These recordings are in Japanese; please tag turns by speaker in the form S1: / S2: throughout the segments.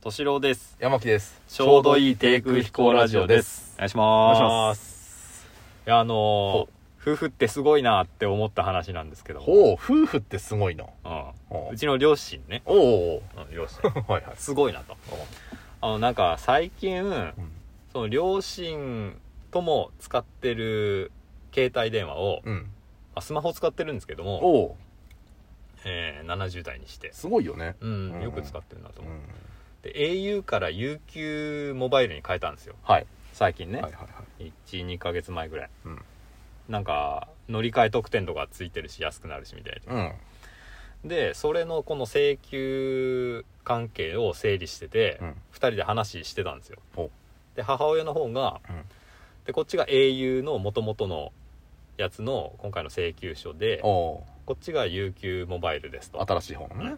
S1: 敏郎です。
S2: 山木です
S1: ちょうどいい低空飛行ラジオです。
S3: お願いし
S1: お
S3: ます。
S1: す。いや、あのー夫婦ってすごいなって思った話なんですけども
S2: ほう夫婦ってすごいな
S1: うん
S2: ほう
S1: うちの両親ね、
S2: おお
S1: うん両 親。
S2: はいはい
S1: すごいなと。あの、なんか最近、その両親とも使ってる携帯電話を、
S2: うん、うん、
S1: まあスマホ使ってるんですけど
S2: お
S1: も、
S2: お
S1: えー70代にして、
S2: すごいよね
S1: うん、
S2: うん
S1: よく使ってるなと
S2: う
S1: 思っ
S2: ん
S1: て、au から UQ モバイルに変えたんですよ。
S2: はい
S1: 最近ね。
S2: はいはいはい
S1: 12ヶ月前ぐらい、
S2: うん
S1: なんか乗り換え特典とかついてるし安くなるしみたいな、
S2: うん
S1: でそれのこの請求関係を整理してて、
S2: うん
S1: 2人で話してたんですよ
S2: ほう
S1: で母親の方が、
S2: うん
S1: でこっちが au の元々のやつの今回の請求書で
S2: おお
S1: こっちが UQ モバイルですと
S2: 新しい方のね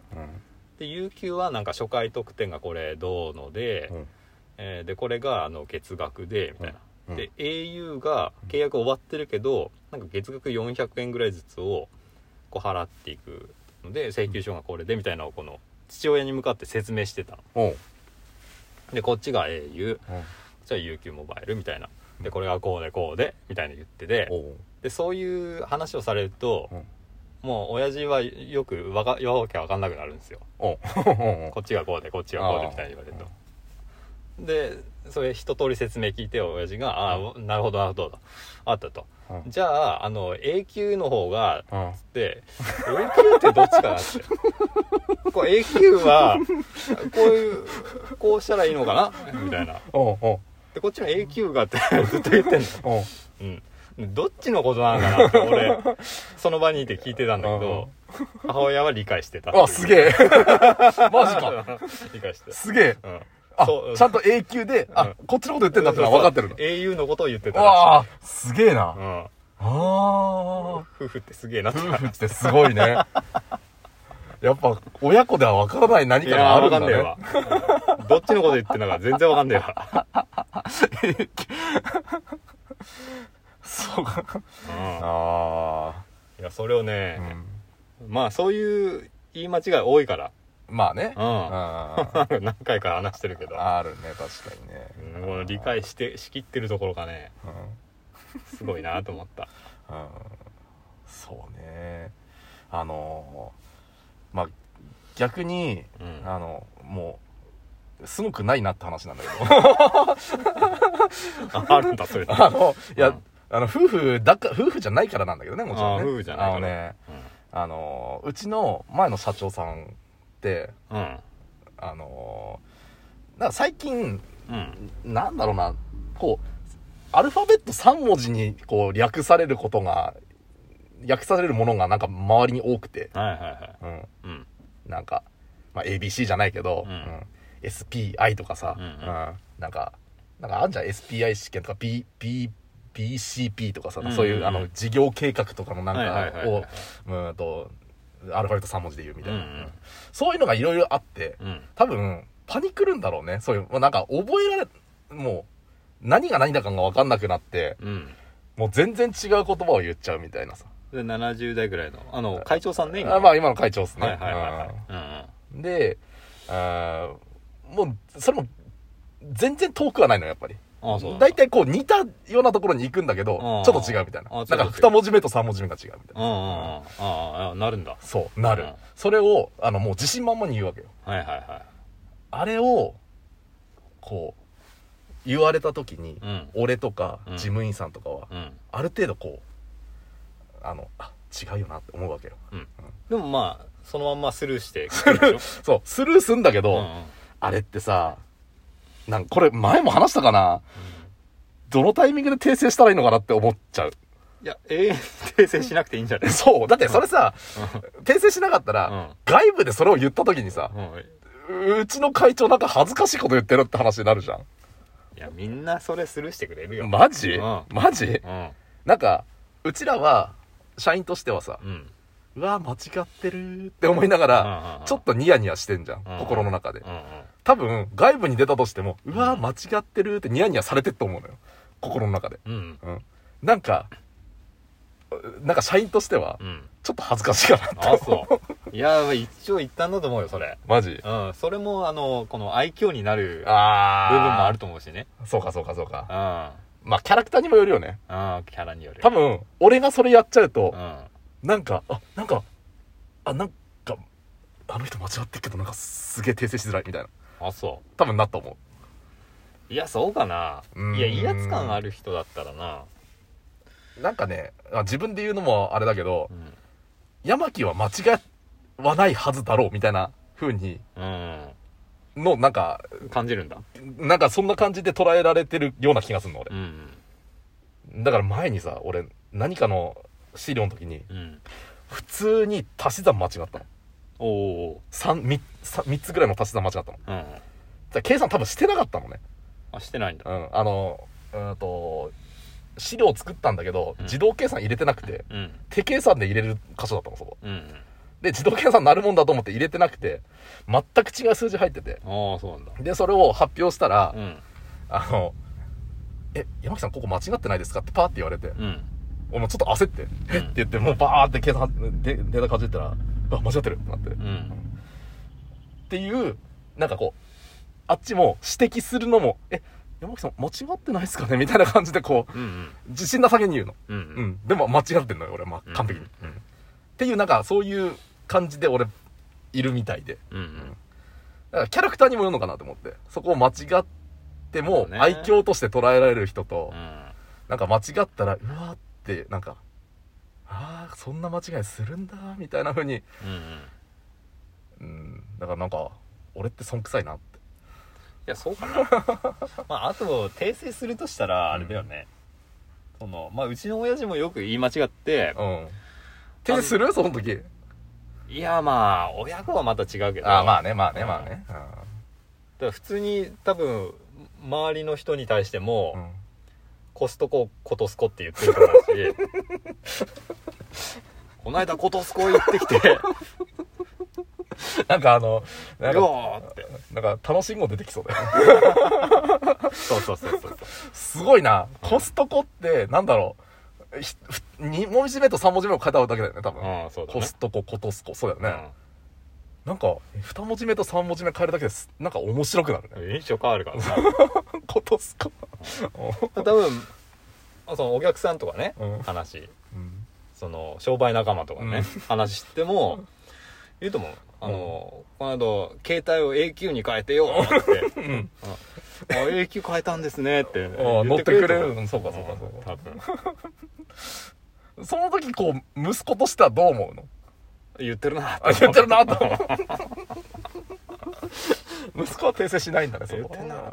S1: で UQ はなんか初回特典がこれどうので、
S2: うん
S1: えーでこれがあの月額でみたいな、
S2: うん
S1: で au が契約終わってるけどなんか月額400円ぐらいずつをこう払っていくので請求書がこれでみたいなのをこの父親に向かって説明してたの
S2: おう
S1: でこっちが au こ
S2: うん
S1: っちは UQ モバイルみたいなでこれがこうでこうでみたいな言ってて
S2: おう
S1: でそういう話をされると
S2: うん
S1: もう親父はよくわかわけわかんなくなるんですよ
S2: おう
S1: こっちがこうでこっちがこうでみたいに言われるとでそれ一通り説明聞いて親父が「ああなるほどなるほどと」あったと
S2: うん
S1: じゃああの A 級の方が
S2: うん
S1: で A 級ってどっちかなって こう A 級はこういうこうしたらいいのかなみたいな
S2: おうおう
S1: でこっちの A 級がってずっと言ってんの
S2: おう
S1: うんどっちのことなのかなって俺その場にいて聞いてたんだけど母親は理解してたっていう
S2: あすげえマジか
S1: 理解してた
S2: すげえ
S1: うん
S2: あ
S1: そう
S2: ちゃんと永久であこっちのこと言ってんだってのは分かってるの
S1: 英雄のことを言ってたらしい
S2: わあすげえな
S1: うん
S2: ああ
S1: 夫婦ってすげえなって
S2: 夫婦ってすごいね。やっぱ、親子では分からない何
S1: い
S2: かがあ
S1: やー
S2: る
S1: わ
S2: んだ
S1: かんねえ
S2: ね
S1: わ。どっちのこと言ってんだか全然わかんねえわ
S2: そうか。
S1: うん
S2: あ
S1: いやそれを
S2: あ、
S1: ね
S2: う、ん。
S1: まあそういう言い間違い多いから
S2: まあね。
S1: うん
S2: あ
S1: 何回か話してるけど
S2: あるね、確かにね。
S1: うんこの理解して仕切ってるところがね
S2: うん。
S1: すごいなと思 った
S2: うん。そうね。あのー、まあ、逆に、
S1: うん
S2: あの、もう、すごくないなって話なんだけど。
S1: ああるんだそれ
S2: あの、いうや
S1: ん、
S2: あの、夫婦だか、夫婦じゃないからなんだけどね、もちろんね。
S1: あー夫婦じゃないから
S2: あのね、
S1: う
S2: あのー、うちの前の社長さんって、
S1: んうん
S2: あのーなんか最近、
S1: うん
S2: なんだろうな、こう、アルファベット3文字に、こう、略されることが、略されるものがなんか周りに多くて、
S1: はいはいはい
S2: うん。
S1: うん
S2: なんか、まあ、ABC じゃないけど、
S1: うん
S2: SPI とかさ、
S1: うんうん
S2: なんか、なんかあんじゃん、SPI 試験とか、B、B、BCP とかさ、
S1: うんうんうん
S2: そういう、あの、事業計画とかのなん
S1: はいはいはい
S2: か
S1: は
S2: を
S1: い、
S2: うーんと、アルファベット3文字で言うみたいな。
S1: うんうん
S2: そういうのがいろいろあって、
S1: うん
S2: 多分、パニクるんだろうね。そういう、まあ、なんか覚えられ、もう、何が何だかが分かんなくなって、
S1: うん
S2: もう全然違う言葉を言っちゃうみたいなさ。
S1: で70代ぐらいのあの会長さんね今
S2: あまあ今の会長っすね。
S1: はいはいはいはい
S2: うん
S1: うんうん
S2: で、あーもう、それも、全然遠くはないのよ、やっぱり。
S1: あそう
S2: 大体こう似たようなところに行くんだけど
S1: あ、ー
S2: ちょっと違うみたいな。
S1: あ
S2: な
S1: ー
S2: ん
S1: ちょっと違う
S2: か二文字目と三文字目が違うみたい
S1: うん
S2: な。
S1: うんうんあああなるんだ
S2: そう、な
S1: うん
S2: る。それを、あの、もう自信満々に言うわけよ。
S1: はいはいは
S2: あれを、こう、言われた時に
S1: い、うん
S2: 俺とか
S1: うん
S2: 事務員さんとかは、
S1: うん
S2: ある程度こう、あの、あ、違うよなって思うわけよ。
S1: でもまあそのまんまスルーしてスルー
S2: そう、スルーすんだ け
S1: う
S2: ど、
S1: んうん
S2: あれってさ、なんかこれ前も話したかなどのタイミングで訂正したらいいのかなって思っちゃう。
S1: いや永遠に訂正しなくていいんじゃない
S2: そう。だってそれさ、訂正しなかったら、
S1: うん
S2: 外部でそれを言った時にさ、
S1: うんいう
S2: ちの会長なんか恥ずかしいこと言ってるって話になるじゃ
S1: やみんなそれスルーしてくれるよ
S2: ん。マジ、
S1: うん
S2: マジ
S1: うん
S2: なんか、うちらは、社員としてはさ、
S1: うん
S2: うわ、間違ってるって思いながら、
S1: うんうん
S2: ちょっとニヤニヤしてんじゃん、
S1: うん
S2: 心の中で
S1: う。んうん
S2: 多分、外部に出たとしても、うわ、間違ってるってニヤニヤされてって思うのよ。心の中で。
S1: うん
S2: うん。なんか、なんか社員としては
S1: う、ん
S2: ちょっと恥ずかしいかな
S1: あそういやー一応一旦だと思うよそれ
S2: マジ
S1: うんそれもあのこの愛嬌になる部
S2: あ
S1: 分もある
S2: る
S1: と思うしね
S2: そうかそうかそう
S1: う
S2: か
S1: んうん
S2: まあキャラクターにもよるよね
S1: キャラによる
S2: 多分俺がそれやっちゃうと
S1: う、ん
S2: なんかあなんかあなんかあの人間違ってっけどなんかすげえ訂正しづらいみたいな
S1: あそ
S2: 多分なった思
S1: ういやそうかな
S2: うん
S1: いや威圧感ある人だったらな
S2: うなんかねあ自分で言うのもあれだけど
S1: うん
S2: 山木は間違わないはずだろうみたいな風に
S1: うん
S2: のなんか
S1: 感じるんだ
S2: なんかそんな感じで捉えられてるような気がするの俺
S1: う、ん
S2: だから前にさ俺何かの資料の時に
S1: うん
S2: 普通に足し算間違ったの
S1: おーお
S2: 3, 3, つぐらいの足し算間違ったのだか
S1: ーうん
S2: ら計算多分してなかったのね
S1: あしてないんだ
S2: うんあのうんと資料作ったんだけど
S1: うん
S2: 自動計算入れてなくて
S1: うん
S2: 手計算で入れる箇所だったのそこ
S1: うん
S2: で自動計算なるもんだと思って入れてなくて全く違う数字入ってて
S1: ああそうなんだ
S2: でそれを発表したら、
S1: うん
S2: あの「え山木さんここ間違ってないですか?」ってパーって言われて、
S1: うん
S2: 俺もちょっと焦って「えっ?」て言ってもうバーって計算でデータかじったら「あ間違ってる」ってなって、
S1: う
S2: っ
S1: ん
S2: ていうなんかこうあっちも指摘するのも「え山木さん間違ってないですかね?」みたいな感じでこう
S1: うんうん
S2: 自信なさげに言うの
S1: うん
S2: う
S1: うん
S2: んでも間違ってんのよ俺は、まあ、完璧に、っていうなんかそういう感じで俺いるみたいで
S1: うんうん
S2: だからキャラクターにもよるのかなと思ってそこを間違っ
S1: そ
S2: て
S1: う
S2: も
S1: ね
S2: 愛嬌として捉えられる人と、
S1: うん
S2: なんか間違ったら、うわーって、なんか、ああ、そんな間違いするんだ、みたいな風に、
S1: うんうん
S2: うん、だからなんか、俺って損臭いなって。
S1: いやそうかな まああと訂正するとしたらあれだよね、そのまあうちの親父もよく言い間違って
S2: うん。手するその時。
S1: いやまあ親子はまた違うけど
S2: ああ、まあ
S1: だか
S2: ね、まあね、
S1: うん
S2: まあね。
S1: ら普通に多分周りの人に対しても、
S2: うん。うん
S1: コストココトスコって言ってるからだしこの間コトスコ行ってきて「よ
S2: なんかあの、 なんか、
S1: ー!」って
S2: なんか楽しんご出てきそうだよね。
S1: そうそうそうそう
S2: すごいな。コストコって、なんだろう。2文字目と3文字目を変えただけだよね、多分。
S1: うんそうだね
S2: コストコ、コトスコ。そうだよね。
S1: ね、
S2: なんか、2文字目と3文字目変えるだけです。なんか面白くなるね。
S1: うん、印象変わるから さ
S2: コトスコ。
S1: 多分そのお客さんとかね、
S2: うん
S1: 話
S2: うん
S1: その商売仲間とかね、
S2: うん
S1: 話しても言うともあの、この間携帯を A 級に変えてよって
S2: うん。
S1: あ A 級変えたんですねって
S2: ああ
S1: 言
S2: 乗ってくれ
S1: と思
S2: るそうかそうかそうか
S1: 多分
S2: その時こう息子としてはどう思うの
S1: 言ってるな
S2: あ言ってるなと思う 息子は訂正しないんだねそ
S1: 言っ
S2: こ
S1: てんなで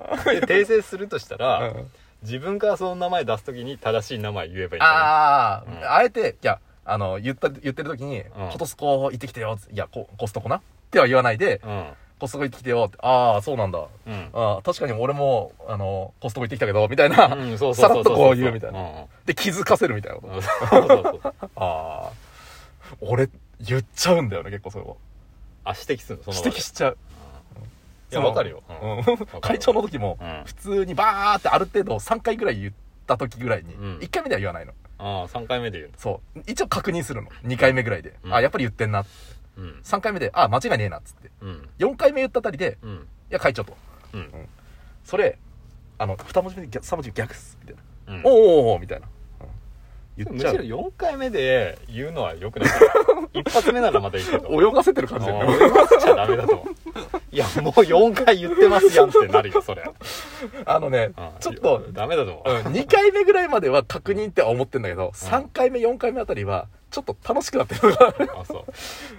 S1: 訂正するとしたら、
S2: うん
S1: 自分からその名前出す時に正しい名前言えばいいんだ
S2: ああ、
S1: うん
S2: あえていやあの言った言ってる時に「
S1: ん
S2: コトスコ行ってきてよ」いやココストコな」っては言わないで
S1: ね
S2: 「コストコ行ってきてよ」って「ああそうなんだ
S1: うんうん
S2: ああ確かに俺もあのコストコ行ってきたけど」みたいな、
S1: うん、そうそう
S2: さ
S1: そ
S2: ら
S1: う
S2: っ
S1: そ
S2: と
S1: う
S2: こう言うみたいな、
S1: うん
S2: で気づかせるみたいなこと、
S1: うんそうそうそう
S2: ああ俺言っちゃうんだよね結構それは
S1: あ指摘するのその場
S2: 指
S1: で
S2: 摘しちゃう
S1: いやわかるよ、
S2: うん
S1: うん
S2: 会長の時も
S1: うん
S2: 普通にバーってある程度3回ぐらい言った時ぐらいに
S1: うん
S2: 1回目では言わないの
S1: ああ3回目で言う
S2: そう一応確認するの2回目ぐらいで
S1: うん
S2: あやっぱり言ってんな
S1: の
S2: 3回目であ間違いねえなっつって
S1: うんうん
S2: 4回目言ったあたりで
S1: うん
S2: いや会長と
S1: うん
S2: それあの2文字目で3文字目逆っすみたいな
S1: うん
S2: おーおーおーみたいなうん言
S1: む
S2: っ
S1: し
S2: ちゃ
S1: ろ
S2: う
S1: 4回目で言うのはよくない一発目ならまたいいけど
S2: 泳がせてる感じだよね
S1: 泳がせちゃダメだといやもう4回言ってますやんってなるよそれ
S2: あの
S1: う
S2: ね
S1: ん
S2: ちょっと
S1: ダメだと思う、
S2: 2回目ぐらいまでは確認っては思ってんだけど3回目4回目あたりはちょっと楽しくなってるから
S1: あそう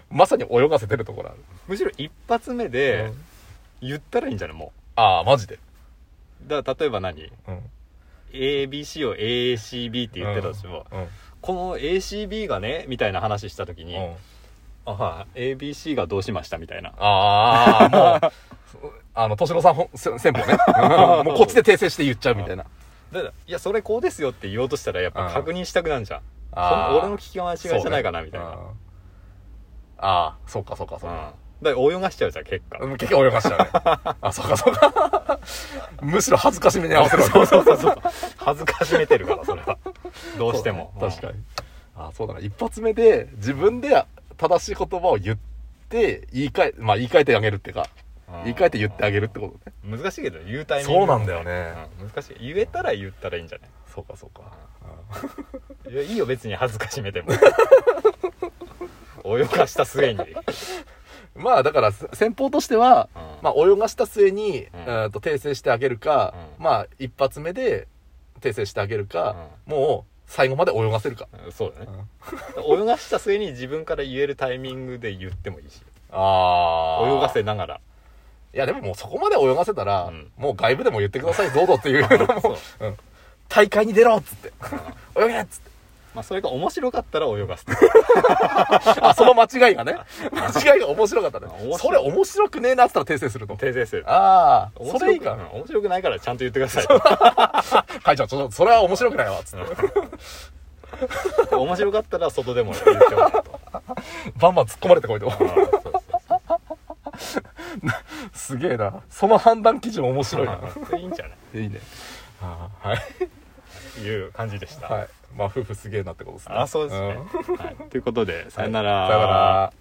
S2: まさに泳がせてるところある
S1: むしろ一発目で言ったらいいんじゃないも
S2: ああマジで
S1: うだから例えば何
S2: うん
S1: ABC を ACB って言ってたとしても、
S2: うん
S1: この ACB がねみたいな話した時に、
S2: うん
S1: あはい ABC がどうしましたみたいな
S2: ああもう あの敏郎さんほんせ先方ね もうこっちで訂正して言っちゃうみたいな
S1: だからいやそれこうですよって言おうとしたらやっぱ確認したくなるじゃん、
S2: あー
S1: この俺の聞き間違いじゃないかなみたいな、
S2: そうねあーあーそうかそうかそうか、
S1: だから泳がしちゃうじゃん結果、
S2: うん、結構泳がしちゃうね あそうかそうか むしろ恥ずかしめに合わせるわけ
S1: そうそうそうそう恥ずかしめてるからそれはどうしても、
S2: そうだね確かにあそうだな一発目で自分で正しい言葉を言って、言い換え、まあ言い換えてあげるっていうか、
S1: うん
S2: 言い換えて言ってあげるってことね。
S1: 難しいけど言うタイミング
S2: そうなんだよね。
S1: うん難しい言えたら言ったらいいんじゃない
S2: そうかそうか。
S1: いやいいよ別に恥ずかしめても泳がした末に、うん、
S2: まあだからせ先方としては、ま
S1: ま
S2: あ泳がした末に、
S1: うん
S2: えーと訂正してあげるか、
S1: うん
S2: まあ一発目で訂正してあげるか、もう最後まで泳がせるか。
S1: そうだね、泳がした末に自分から言えるタイミングで言ってもいいし
S2: あ
S1: 泳がせながら
S2: いやでももうそこまで泳がせたら、
S1: うん
S2: もう外部でも言ってくださいぞぞっ ていうも
S1: そう
S2: う、うん、大会に出ろっつって泳げっつって
S1: まあ、それが面白かったら泳がす
S2: あその間違いがね間違いが面白かったね
S1: あ面白い
S2: それ面白くねえなっつったら訂正すると
S1: 訂正する
S2: ああ
S1: 面白く
S2: それいいか
S1: うん面白くないからちゃんと言ってください
S2: 会長ちょっとそれは面白くないわっつって
S1: うん面白かったら外でも言ってもらう と
S2: バンバン突っ込まれてこいと
S1: うんそうそうそう
S2: すげえなその判断基準面白いな
S1: うんそれいいんじゃない
S2: いいねあーはい
S1: いう感じでした、
S2: はいまあ夫婦すげえなってことですね
S1: あそうですね、はい、ということでさよなら、
S2: はいさよなら